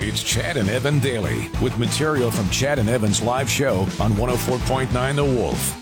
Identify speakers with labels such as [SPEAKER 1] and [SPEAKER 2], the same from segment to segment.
[SPEAKER 1] It's Chad and Evan daily with material from Chad and Evan's live show on 104.9 The Wolf.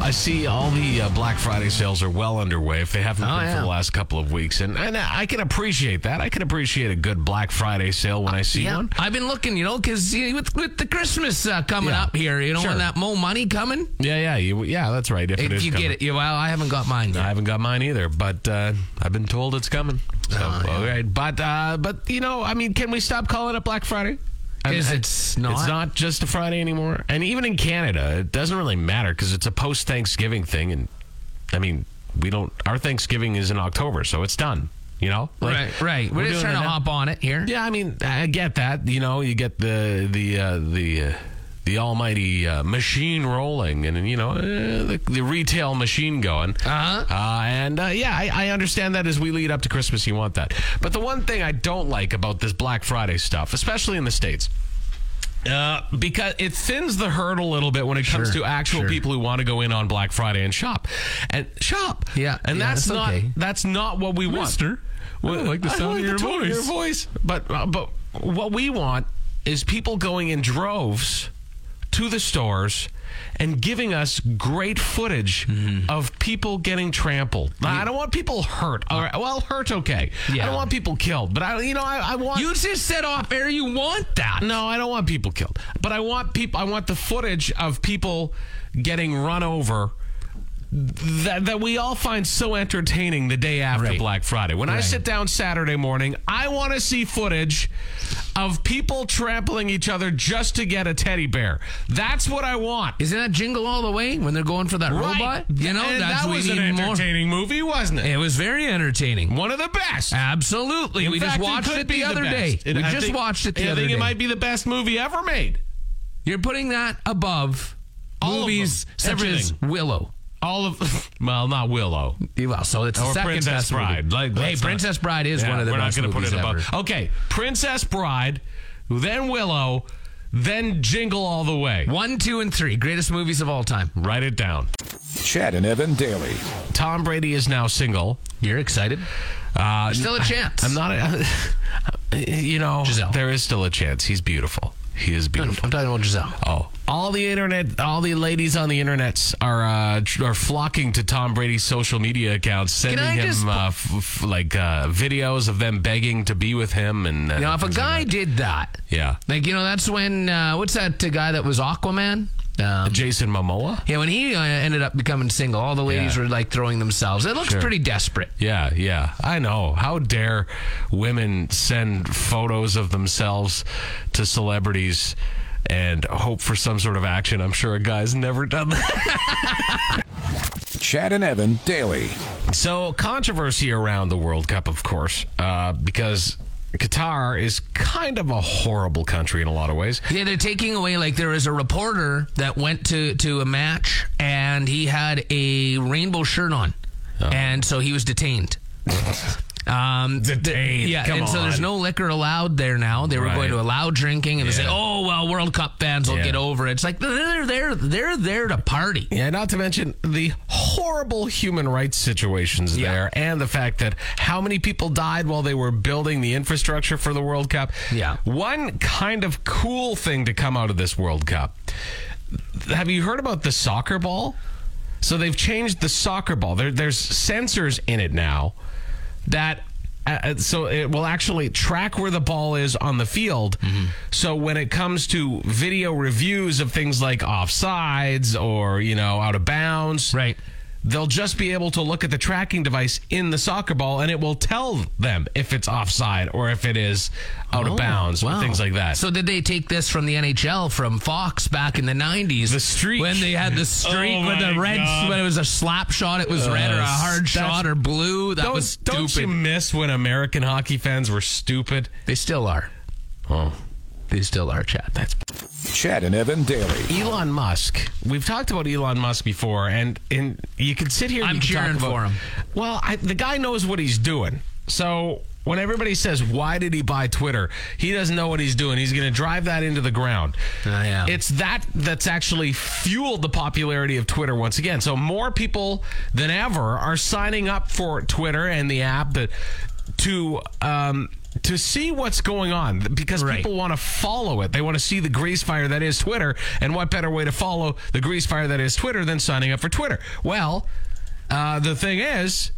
[SPEAKER 2] I see all the uh, Black Friday sales are well underway if they haven't
[SPEAKER 3] Oh,
[SPEAKER 2] been
[SPEAKER 3] yeah.
[SPEAKER 2] for the last couple of weeks. And, and I I can appreciate that. I can appreciate a good Black Friday sale when I see
[SPEAKER 3] Yeah,
[SPEAKER 2] one.
[SPEAKER 3] I've been looking, you know, because with, with the Christmas uh, coming
[SPEAKER 2] Yeah.
[SPEAKER 3] up here, you know,
[SPEAKER 2] Sure.
[SPEAKER 3] and that mo money coming.
[SPEAKER 2] Yeah, yeah, you, yeah, that's right. If, it
[SPEAKER 3] If
[SPEAKER 2] is
[SPEAKER 3] you
[SPEAKER 2] coming.
[SPEAKER 3] get it, you, well, I haven't got mine
[SPEAKER 2] I
[SPEAKER 3] yet.
[SPEAKER 2] haven't got mine either, but uh, I've been told it's coming. So,
[SPEAKER 3] Oh,
[SPEAKER 2] all right. But, uh, but you know, I mean, can we stop calling it Black Friday? I mean,
[SPEAKER 3] Is it
[SPEAKER 2] It's
[SPEAKER 3] not?
[SPEAKER 2] not just a Friday anymore. And even in Canada, it doesn't really matter because it's a post Thanksgiving thing. And I mean, we don't, our Thanksgiving is in October, so it's done, you know?
[SPEAKER 3] right, right. We're, just
[SPEAKER 2] doing
[SPEAKER 3] trying
[SPEAKER 2] it
[SPEAKER 3] to
[SPEAKER 2] now.
[SPEAKER 3] hop on it here.
[SPEAKER 2] Yeah, I mean, I get that. You know, you get the the uh, the uh, the almighty uh, machine rolling, and you know, uh, the, the retail machine going.
[SPEAKER 3] Uh-huh.
[SPEAKER 2] Uh, and uh, yeah, I, I understand that as we lead up to Christmas, you want that. But the one thing I don't like about this Black Friday stuff, especially in the states. Uh, because it thins the herd a little bit when it comes
[SPEAKER 3] Sure,
[SPEAKER 2] to actual
[SPEAKER 3] sure.
[SPEAKER 2] people who want to go in on Black Friday and shop, and shop.
[SPEAKER 3] Yeah,
[SPEAKER 2] and
[SPEAKER 3] yeah,
[SPEAKER 2] that's,
[SPEAKER 3] that's
[SPEAKER 2] not
[SPEAKER 3] okay.
[SPEAKER 2] that's not what we want.
[SPEAKER 3] Mister, I don't like the sound of your
[SPEAKER 2] tone
[SPEAKER 3] voice.
[SPEAKER 2] voice. But uh, but what we want is people going in droves to the stores and giving us great footage
[SPEAKER 3] Mm-hmm.
[SPEAKER 2] of people getting trampled. I don't want people hurt. All right, well, hurt okay. I
[SPEAKER 3] Yeah.
[SPEAKER 2] don't want people killed, but I you know I, I want
[SPEAKER 3] You just said off air you want that.
[SPEAKER 2] no, I don't want people killed, but I want people. I want the footage of people getting run over. That, that we all find so entertaining the day after
[SPEAKER 3] Right.
[SPEAKER 2] Black Friday. When I
[SPEAKER 3] Right.
[SPEAKER 2] sit down Saturday morning, I want to see footage of people trampling each other just to get a teddy bear. That's what I want.
[SPEAKER 3] Isn't that jingle all the way when they're going for that robot? You know,
[SPEAKER 2] And
[SPEAKER 3] that's
[SPEAKER 2] that
[SPEAKER 3] we
[SPEAKER 2] was
[SPEAKER 3] need
[SPEAKER 2] an entertaining movie, wasn't
[SPEAKER 3] more.
[SPEAKER 2] it?
[SPEAKER 3] It was very entertaining.
[SPEAKER 2] One of the best.
[SPEAKER 3] Absolutely.
[SPEAKER 2] In
[SPEAKER 3] we
[SPEAKER 2] fact,
[SPEAKER 3] just watched
[SPEAKER 2] could
[SPEAKER 3] it
[SPEAKER 2] be
[SPEAKER 3] the other day.
[SPEAKER 2] best. And
[SPEAKER 3] we
[SPEAKER 2] I
[SPEAKER 3] just
[SPEAKER 2] think-
[SPEAKER 3] watched it the
[SPEAKER 2] I
[SPEAKER 3] other
[SPEAKER 2] think
[SPEAKER 3] day.
[SPEAKER 2] it might be the best movie ever made.
[SPEAKER 3] You're putting that above
[SPEAKER 2] All of
[SPEAKER 3] movies
[SPEAKER 2] them.
[SPEAKER 3] such
[SPEAKER 2] Everything.
[SPEAKER 3] as Willow.
[SPEAKER 2] All of well, not Willow.
[SPEAKER 3] Well, so it's the
[SPEAKER 2] Or
[SPEAKER 3] second
[SPEAKER 2] Princess
[SPEAKER 3] best
[SPEAKER 2] Bride.
[SPEAKER 3] Movie.
[SPEAKER 2] Like,
[SPEAKER 3] hey,
[SPEAKER 2] let's not-
[SPEAKER 3] Princess Bride is
[SPEAKER 2] Yeah,
[SPEAKER 3] one of the
[SPEAKER 2] we're
[SPEAKER 3] best
[SPEAKER 2] not gonna
[SPEAKER 3] movies
[SPEAKER 2] put it above.
[SPEAKER 3] ever.
[SPEAKER 2] Okay, Princess Bride, then Willow, then Jingle All the Way.
[SPEAKER 3] One, two, and three greatest movies of all time.
[SPEAKER 2] Write it down.
[SPEAKER 1] Chad and Evan daily.
[SPEAKER 2] Tom Brady is now single.
[SPEAKER 3] You're excited?
[SPEAKER 2] Uh,
[SPEAKER 3] Still a chance.
[SPEAKER 2] I'm not. A, you know,
[SPEAKER 3] Giselle.
[SPEAKER 2] there is still a chance. He's beautiful. He is
[SPEAKER 3] I'm
[SPEAKER 2] beautiful.
[SPEAKER 3] talking about Giselle.
[SPEAKER 2] Oh, all the internet, all the ladies on the internets are uh, tr- are flocking to Tom Brady's social media accounts, sending
[SPEAKER 3] I
[SPEAKER 2] him
[SPEAKER 3] just-
[SPEAKER 2] uh, f- f- like uh, videos of them begging to be with him. And uh,
[SPEAKER 3] Now, if a
[SPEAKER 2] things like
[SPEAKER 3] guy
[SPEAKER 2] that.
[SPEAKER 3] did that,
[SPEAKER 2] yeah,
[SPEAKER 3] like you know, that's when uh, what's that uh, guy that was Aquaman? Um,
[SPEAKER 2] Jason Momoa,
[SPEAKER 3] yeah, when he uh, ended up becoming single, all the ladies
[SPEAKER 2] Yeah.
[SPEAKER 3] were like throwing themselves. It looks
[SPEAKER 2] Sure.
[SPEAKER 3] pretty desperate.
[SPEAKER 2] yeah, yeah, I know. How dare women send photos of themselves to celebrities? And hope for some sort of action. I'm sure a guy's never done that.
[SPEAKER 1] Chad and Evan daily.
[SPEAKER 2] So controversy around the World Cup, of course, uh, because Qatar is kind of a horrible country in a lot of ways.
[SPEAKER 3] Yeah, they're taking away. Like there was a reporter that went to to a match and he had a rainbow shirt on,
[SPEAKER 2] Oh.
[SPEAKER 3] and so he was detained. um, th-
[SPEAKER 2] Detained,
[SPEAKER 3] yeah,
[SPEAKER 2] come
[SPEAKER 3] and so there's
[SPEAKER 2] on.
[SPEAKER 3] no liquor allowed there now. They were
[SPEAKER 2] Right.
[SPEAKER 3] going to allow drinking, and they say,
[SPEAKER 2] Yeah.
[SPEAKER 3] "Oh well, World Cup fans will
[SPEAKER 2] Yeah.
[SPEAKER 3] get over it." It's like they're there, they're there to party.
[SPEAKER 2] Yeah, not to mention the horrible human rights situations
[SPEAKER 3] Yeah.
[SPEAKER 2] there and the fact that how many people died while they were building the infrastructure for the World Cup.
[SPEAKER 3] Yeah.
[SPEAKER 2] One kind of cool thing to come out of this World Cup. Have you heard about the soccer ball? So they've changed the soccer ball. There, there's sensors in it now that. Uh, so it will actually track where the ball is on the field.
[SPEAKER 3] Mm-hmm.
[SPEAKER 2] So when it comes to video reviews of things like offsides or you know out of bounds,
[SPEAKER 3] Right.
[SPEAKER 2] they'll just be able to look at the tracking device in the soccer ball and it will tell them if it's offside or if it is out of bounds or things like that.
[SPEAKER 3] Oh, So did they take this from the NHL from Fox back in the nineties?
[SPEAKER 2] The streak.
[SPEAKER 3] when they had the streak
[SPEAKER 2] Oh
[SPEAKER 3] with the
[SPEAKER 2] my
[SPEAKER 3] red
[SPEAKER 2] God. Uh,
[SPEAKER 3] when it was a slap shot, it was red or a hard
[SPEAKER 2] that's-
[SPEAKER 3] shot or blue. That was
[SPEAKER 2] don't
[SPEAKER 3] stupid.
[SPEAKER 2] you miss when American hockey fans were stupid?
[SPEAKER 3] they still are.
[SPEAKER 2] Oh.
[SPEAKER 3] They still are, Chad. That's
[SPEAKER 1] Chad and Evan daily.
[SPEAKER 2] Elon Musk. We've talked about Elon Musk before, and and you can sit here. And
[SPEAKER 3] I'm
[SPEAKER 2] you can talk
[SPEAKER 3] cheering
[SPEAKER 2] about-
[SPEAKER 3] for him.
[SPEAKER 2] Well, I, the guy knows what he's doing. So when everybody says, "Why did he buy Twitter?" He doesn't know what he's doing. He's going to drive that into the ground.
[SPEAKER 3] Oh, yeah.
[SPEAKER 2] It's that that's actually fueled the popularity of Twitter once again. So more people than ever are signing up for Twitter and the app that to. Um, to see what's going on because
[SPEAKER 3] Right.
[SPEAKER 2] people want to follow it. They want to see the grease fire that is Twitter. And what better way to follow the grease fire that is Twitter than signing up for Twitter? Well, uh, the thing is,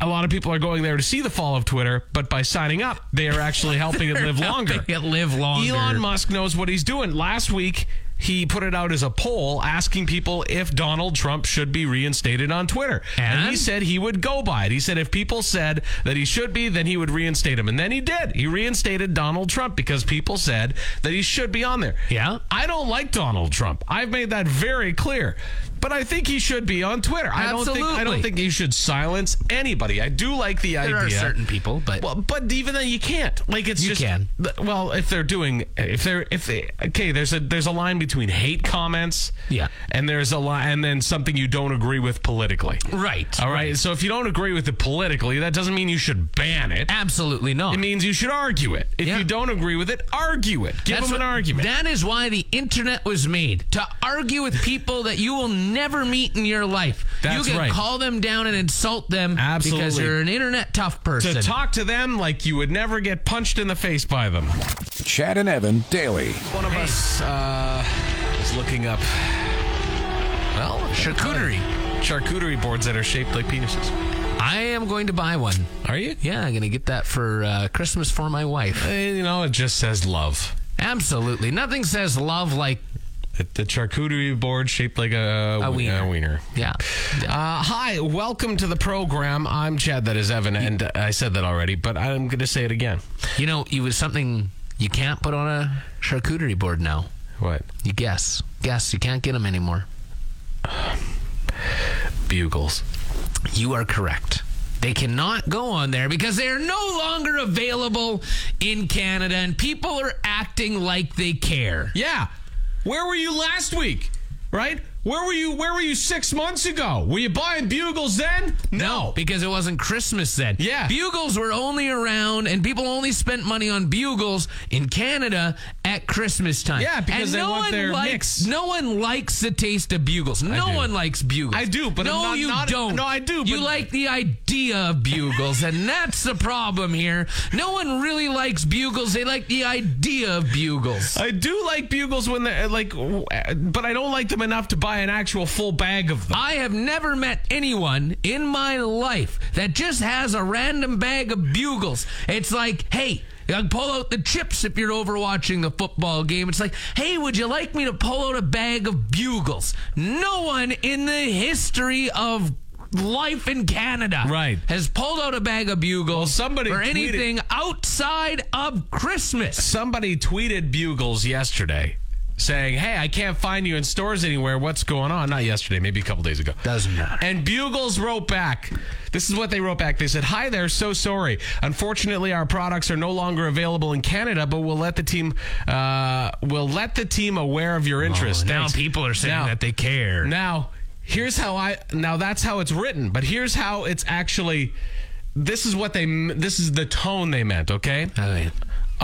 [SPEAKER 2] a lot of people are going there to see the fall of Twitter, but by signing up, they are actually helping it live longer.
[SPEAKER 3] It live longer.
[SPEAKER 2] Elon Musk knows what he's doing. Last week, he put it out as a poll asking people if Donald Trump should be reinstated on Twitter. he
[SPEAKER 3] And?
[SPEAKER 2] said he would go by it. He said if people said that he should be, then he would reinstate him. And then he did. He reinstated Donald Trump because people said that he should be on there.
[SPEAKER 3] Yeah.
[SPEAKER 2] I don't like Donald Trump. I've made that very clear. But I think he should be on Twitter. I don't think I don't
[SPEAKER 3] Absolutely.
[SPEAKER 2] think he should silence anybody. I do like the
[SPEAKER 3] There
[SPEAKER 2] idea.
[SPEAKER 3] are certain people, but
[SPEAKER 2] Well, but even then, you can't. Like it's
[SPEAKER 3] You
[SPEAKER 2] just
[SPEAKER 3] can.
[SPEAKER 2] th- Well, if they're doing, if they're, if they, okay, there's a there's a line between hate comments,
[SPEAKER 3] Yeah.
[SPEAKER 2] and there's a line, and then something you don't agree with politically.
[SPEAKER 3] right.
[SPEAKER 2] All right. So if you don't agree with it politically, that doesn't mean you should ban it.
[SPEAKER 3] Absolutely not.
[SPEAKER 2] It means you should argue it. If
[SPEAKER 3] Yeah.
[SPEAKER 2] you don't agree with it, argue it. Give
[SPEAKER 3] That's
[SPEAKER 2] them an
[SPEAKER 3] what-
[SPEAKER 2] argument.
[SPEAKER 3] That is why the internet was made to argue with people that you will never meet in your life.
[SPEAKER 2] That's
[SPEAKER 3] you can
[SPEAKER 2] right.
[SPEAKER 3] call them down and insult them because
[SPEAKER 2] Absolutely.
[SPEAKER 3] you're an internet tough
[SPEAKER 2] to
[SPEAKER 3] person.
[SPEAKER 2] talk to them like you would never get punched in the face by them.
[SPEAKER 1] Chad and Evan daily.
[SPEAKER 2] One of us uh, is looking up
[SPEAKER 3] well, charcuterie.
[SPEAKER 2] charcuterie boards that are shaped like penises.
[SPEAKER 3] I am going to buy one.
[SPEAKER 2] Are you?
[SPEAKER 3] Yeah, I'm going to get that for uh, Christmas for my wife.
[SPEAKER 2] Uh, You know, it just says love.
[SPEAKER 3] Absolutely. Nothing says love like
[SPEAKER 2] The, the charcuterie board shaped like a,
[SPEAKER 3] a
[SPEAKER 2] wiener.
[SPEAKER 3] wiener. Yeah. Yeah.
[SPEAKER 2] Uh, hi, welcome to the program. I'm Chad. That is Evan, and I said that already, but I'm going to say it again.
[SPEAKER 3] You know, it was something you can't put on a charcuterie board now.
[SPEAKER 2] What?
[SPEAKER 3] You guess. Guess. You can't get them anymore.
[SPEAKER 2] Bugles.
[SPEAKER 3] You are correct. They cannot go on there because they are no longer available in Canada and people are acting like they care.
[SPEAKER 2] Yeah. Where were you last week? Right? Where were you? Where were you six months ago? Were you buying bugles then? No.
[SPEAKER 3] Because it wasn't Christmas then.
[SPEAKER 2] Yeah.
[SPEAKER 3] Bugles were only around and people only spent money on bugles in Canada at Christmas time.
[SPEAKER 2] Yeah, because
[SPEAKER 3] and
[SPEAKER 2] they
[SPEAKER 3] no
[SPEAKER 2] want
[SPEAKER 3] one
[SPEAKER 2] their
[SPEAKER 3] likes,
[SPEAKER 2] mix.
[SPEAKER 3] No one likes the taste of bugles. No
[SPEAKER 2] do.
[SPEAKER 3] one likes bugles.
[SPEAKER 2] I do, but I'm
[SPEAKER 3] No,
[SPEAKER 2] not-
[SPEAKER 3] you
[SPEAKER 2] not-
[SPEAKER 3] don't.
[SPEAKER 2] no, I do,
[SPEAKER 3] You
[SPEAKER 2] but-
[SPEAKER 3] like the idea of bugles, and that's the problem here. No one really likes bugles. They like the idea of bugles.
[SPEAKER 2] I do like bugles when they're like, w- uh, but I don't like them enough to buy an actual full bag of them.
[SPEAKER 3] I have never met anyone in my life that just has a random bag of bugles. It's like, hey, I'll pull out the chips if you're overwatching the football game. It's like, hey, would you like me to pull out a bag of bugles? No one in the history of life in Canada
[SPEAKER 2] Right.
[SPEAKER 3] has pulled out a bag of bugles
[SPEAKER 2] somebody
[SPEAKER 3] or
[SPEAKER 2] tweeted-
[SPEAKER 3] anything outside of Christmas.
[SPEAKER 2] somebody tweeted bugles yesterday saying hey i can't find you in stores anywhere what's going on not yesterday maybe a couple days ago
[SPEAKER 3] Doesn't matter.
[SPEAKER 2] and bugles wrote back this is what they wrote back they said hi there so sorry unfortunately our products are no longer available in canada but we'll let the team uh, we'll let the team aware of your interest
[SPEAKER 3] Oh, now
[SPEAKER 2] Thanks."
[SPEAKER 3] people are saying
[SPEAKER 2] Now-
[SPEAKER 3] that they care.
[SPEAKER 2] now, here's how I now that's how it's written, but here's how it's actually this is what they this is the tone they meant, okay?
[SPEAKER 3] Oh, yeah.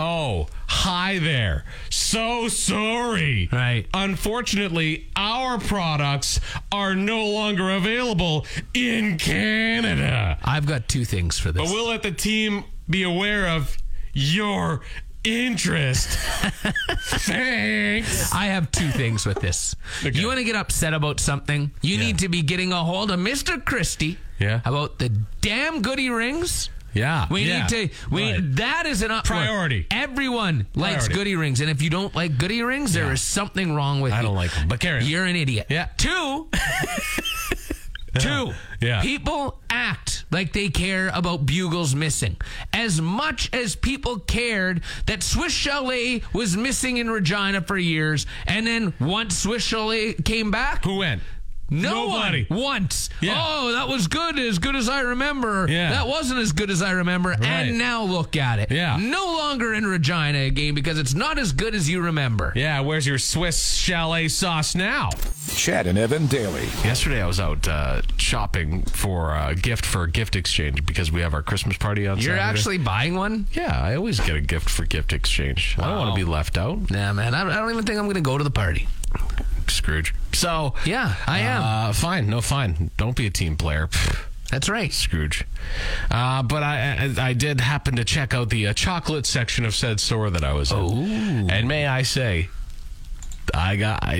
[SPEAKER 2] Oh, hi there. So sorry.
[SPEAKER 3] Right.
[SPEAKER 2] Unfortunately, our products are no longer available in Canada.
[SPEAKER 3] I've got two things for this.
[SPEAKER 2] But we'll let the team be aware of your interest. Thanks.
[SPEAKER 3] I have two things with this.
[SPEAKER 2] Okay.
[SPEAKER 3] You want to get upset about something? You need to be getting a hold of Mr. Christie.
[SPEAKER 2] Yeah.
[SPEAKER 3] About the damn goody rings.
[SPEAKER 2] Yeah.
[SPEAKER 3] We
[SPEAKER 2] yeah,
[SPEAKER 3] need to. We
[SPEAKER 2] right.
[SPEAKER 3] that is an up
[SPEAKER 2] Priority.
[SPEAKER 3] Everyone likes
[SPEAKER 2] Priority.
[SPEAKER 3] goody rings, and if you don't like goody rings, there is something wrong with you.
[SPEAKER 2] I don't like them. But Karen,
[SPEAKER 3] You're an idiot.
[SPEAKER 2] Yeah.
[SPEAKER 3] Two. Two,
[SPEAKER 2] Yeah.
[SPEAKER 3] people act like they care about bugles missing as much as people cared that Swiss Chalet was missing in Regina for years, and then once Swiss Chalet came back,
[SPEAKER 2] Who went?
[SPEAKER 3] no
[SPEAKER 2] Nobody.
[SPEAKER 3] one once.
[SPEAKER 2] Yeah.
[SPEAKER 3] Oh, that was good, as good as I remember.
[SPEAKER 2] Yeah.
[SPEAKER 3] That wasn't as good as I remember.
[SPEAKER 2] Right.
[SPEAKER 3] And now look at it.
[SPEAKER 2] Yeah.
[SPEAKER 3] No longer in Regina again because it's not as good as you remember.
[SPEAKER 2] Yeah, where's your Swiss chalet sauce now?
[SPEAKER 1] Chad and Evan daily.
[SPEAKER 2] Yesterday, I was out uh, shopping for a gift for a gift exchange because we have our Christmas party on
[SPEAKER 3] You're
[SPEAKER 2] Saturday.
[SPEAKER 3] actually buying one?
[SPEAKER 2] Yeah, I always get a gift for gift exchange. I don't
[SPEAKER 3] Wow.
[SPEAKER 2] want to be left out.
[SPEAKER 3] Nah, man. I, I don't even think I'm going to go to the party.
[SPEAKER 2] Scrooge. So
[SPEAKER 3] Yeah, I am.
[SPEAKER 2] Uh, fine, no, fine. Don't be a team player, Pfft,
[SPEAKER 3] That's right.
[SPEAKER 2] Scrooge. Uh, but I, I, I did happen to check out the uh, chocolate section of said store that I was in, and may I say, I got. I,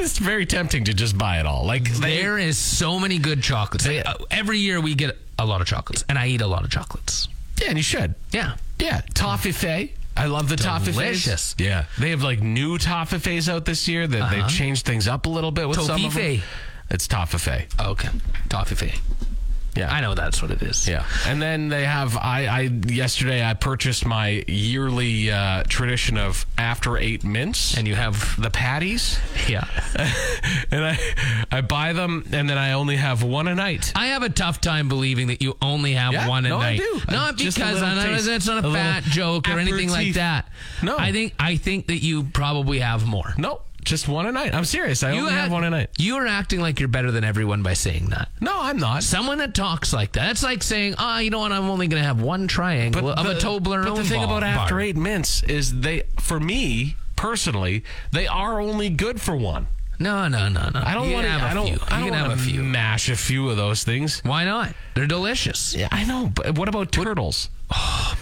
[SPEAKER 2] it's very tempting to just buy it all. Like they,
[SPEAKER 3] There is so many good chocolates. Uh, every year we get a lot of chocolates, and I eat a lot of chocolates.
[SPEAKER 2] yeah, and you should.
[SPEAKER 3] Yeah.
[SPEAKER 2] Yeah, toffee fay. I love the toffee
[SPEAKER 3] Delicious. Uh-huh.
[SPEAKER 2] Yeah, they have like new toffee fays out this year that they've changed things up a little bit with some of them.
[SPEAKER 3] Toffee-fay.
[SPEAKER 2] It's toffee fay.
[SPEAKER 3] Oh, Okay. Toffee.
[SPEAKER 2] Yeah,
[SPEAKER 3] I know that's what it is.
[SPEAKER 2] Yeah, and then they have. I, I yesterday I purchased my yearly uh, tradition of after eight mints
[SPEAKER 3] And you have.
[SPEAKER 2] the patties,
[SPEAKER 3] Yeah.
[SPEAKER 2] and I I buy them, and then I only have one a night.
[SPEAKER 3] I have a tough time believing that you only have
[SPEAKER 2] Yeah,
[SPEAKER 3] one a
[SPEAKER 2] no, I
[SPEAKER 3] night.
[SPEAKER 2] do.
[SPEAKER 3] Not
[SPEAKER 2] Just a
[SPEAKER 3] because
[SPEAKER 2] little
[SPEAKER 3] I know
[SPEAKER 2] taste,
[SPEAKER 3] that's not a,
[SPEAKER 2] a little
[SPEAKER 3] fat joke or anything like
[SPEAKER 2] aperitif.
[SPEAKER 3] that.
[SPEAKER 2] No.
[SPEAKER 3] I think I think that you probably have more.
[SPEAKER 2] No, just one a night. I'm serious. I
[SPEAKER 3] You
[SPEAKER 2] only have
[SPEAKER 3] act-
[SPEAKER 2] one a night.
[SPEAKER 3] You are acting like you're better than everyone by saying that.
[SPEAKER 2] No, I'm not.
[SPEAKER 3] Someone that talks like that. That's like saying, ah, you know what? I'm only going to have one triangle of a Toblerone
[SPEAKER 2] but the thing
[SPEAKER 3] ball-
[SPEAKER 2] about after
[SPEAKER 3] bar.
[SPEAKER 2] eight mints is they, for me personally, they are only good for one.
[SPEAKER 3] No, no, no, no.
[SPEAKER 2] I don't
[SPEAKER 3] You
[SPEAKER 2] want to.
[SPEAKER 3] can have a
[SPEAKER 2] I don't.
[SPEAKER 3] few. You
[SPEAKER 2] I don't
[SPEAKER 3] can have
[SPEAKER 2] want
[SPEAKER 3] a
[SPEAKER 2] to
[SPEAKER 3] few.
[SPEAKER 2] mash a few of those things.
[SPEAKER 3] Why not? They're delicious.
[SPEAKER 2] Yeah, I know, but what about turtles?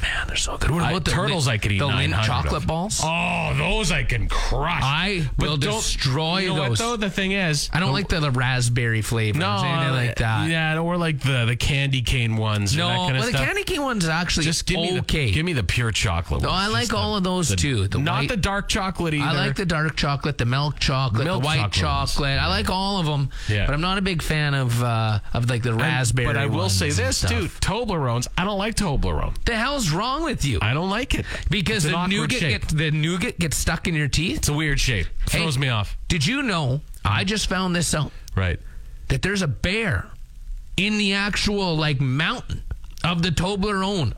[SPEAKER 3] Man, they're so good. What
[SPEAKER 2] I-
[SPEAKER 3] about the
[SPEAKER 2] turtles
[SPEAKER 3] lint-
[SPEAKER 2] I could eat
[SPEAKER 3] The lint
[SPEAKER 2] 900
[SPEAKER 3] chocolate
[SPEAKER 2] of.
[SPEAKER 3] balls.
[SPEAKER 2] Oh, those I can crush.
[SPEAKER 3] I will
[SPEAKER 2] don't-
[SPEAKER 3] destroy
[SPEAKER 2] you know
[SPEAKER 3] those.
[SPEAKER 2] What, though the thing is,
[SPEAKER 3] I don't like the, the raspberry flavors.
[SPEAKER 2] no uh,
[SPEAKER 3] anything like that.
[SPEAKER 2] Yeah, or like the the candy cane ones.
[SPEAKER 3] No,
[SPEAKER 2] and that kind of
[SPEAKER 3] well, the
[SPEAKER 2] stuff.
[SPEAKER 3] candy cane one's actually
[SPEAKER 2] Just give me
[SPEAKER 3] okay.
[SPEAKER 2] the give me the pure chocolate.
[SPEAKER 3] no,
[SPEAKER 2] ones.
[SPEAKER 3] I
[SPEAKER 2] Just
[SPEAKER 3] like
[SPEAKER 2] the-
[SPEAKER 3] all of those too. The
[SPEAKER 2] not
[SPEAKER 3] white,
[SPEAKER 2] the dark chocolate either.
[SPEAKER 3] I like the dark chocolate, the milk chocolate,
[SPEAKER 2] Milk
[SPEAKER 3] the white
[SPEAKER 2] chocolate ones.
[SPEAKER 3] chocolate. I like all of them,
[SPEAKER 2] Yeah.
[SPEAKER 3] but I'm not a big fan of uh, of like the
[SPEAKER 2] And-
[SPEAKER 3] raspberry.
[SPEAKER 2] But I will
[SPEAKER 3] ones
[SPEAKER 2] say
[SPEAKER 3] and
[SPEAKER 2] this
[SPEAKER 3] stuff.
[SPEAKER 2] too: Toblerones. I don't like Toblerone.
[SPEAKER 3] The hell's wrong with you?
[SPEAKER 2] I don't like it
[SPEAKER 3] because
[SPEAKER 2] It's an
[SPEAKER 3] the
[SPEAKER 2] awkward
[SPEAKER 3] nougat
[SPEAKER 2] shape.
[SPEAKER 3] get, the nougat gets stuck in your teeth.
[SPEAKER 2] It's a weird shape.
[SPEAKER 3] Hey,
[SPEAKER 2] Throws me off.
[SPEAKER 3] Did you know? I just found this out
[SPEAKER 2] Right.
[SPEAKER 3] that there's a bear in the actual like mountain of the Toblerone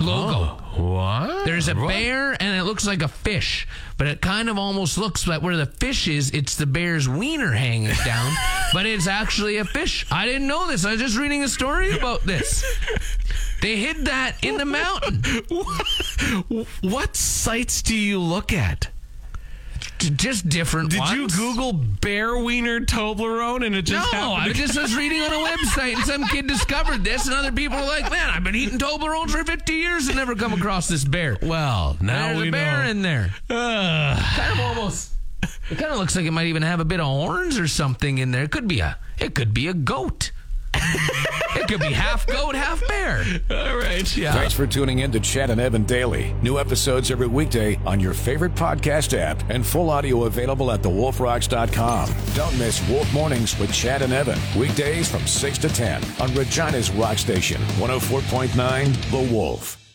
[SPEAKER 3] logo.
[SPEAKER 2] Oh. What?
[SPEAKER 3] There's a
[SPEAKER 2] What?
[SPEAKER 3] bear and it looks like a fish, but it kind of almost looks like where the fish is, it's the bear's wiener hanging down, but it's actually a fish. I didn't know this. I was just reading a story about this. They hid that in the mountain.
[SPEAKER 2] What sites do you look at?
[SPEAKER 3] J- Just different
[SPEAKER 2] Did you
[SPEAKER 3] ones.
[SPEAKER 2] Google bear wiener Toblerone and it
[SPEAKER 3] No,
[SPEAKER 2] just
[SPEAKER 3] I
[SPEAKER 2] happened?
[SPEAKER 3] just was reading on a website and some kid discovered this, and other people were like, man, I've been eating Toblerone for 50 years and never come across this bear.
[SPEAKER 2] well, now
[SPEAKER 3] There's
[SPEAKER 2] we
[SPEAKER 3] a bear
[SPEAKER 2] know.
[SPEAKER 3] in there.
[SPEAKER 2] Ugh.
[SPEAKER 3] kind of almost. It kind of looks like it might even have a bit of horns or something in there. It could be a. It could be a goat. it could be half goat, half bear.
[SPEAKER 2] All right. Yeah.
[SPEAKER 1] Thanks for tuning in to Chad and Evan Daily. New episodes every weekday on your favorite podcast app and full audio available at thewolfrocks.com. Don't miss Wolf Mornings with Chad and Evan. oh Weekdays from 6 to 10 on Regina's Rock Station, 104.9 The Wolf.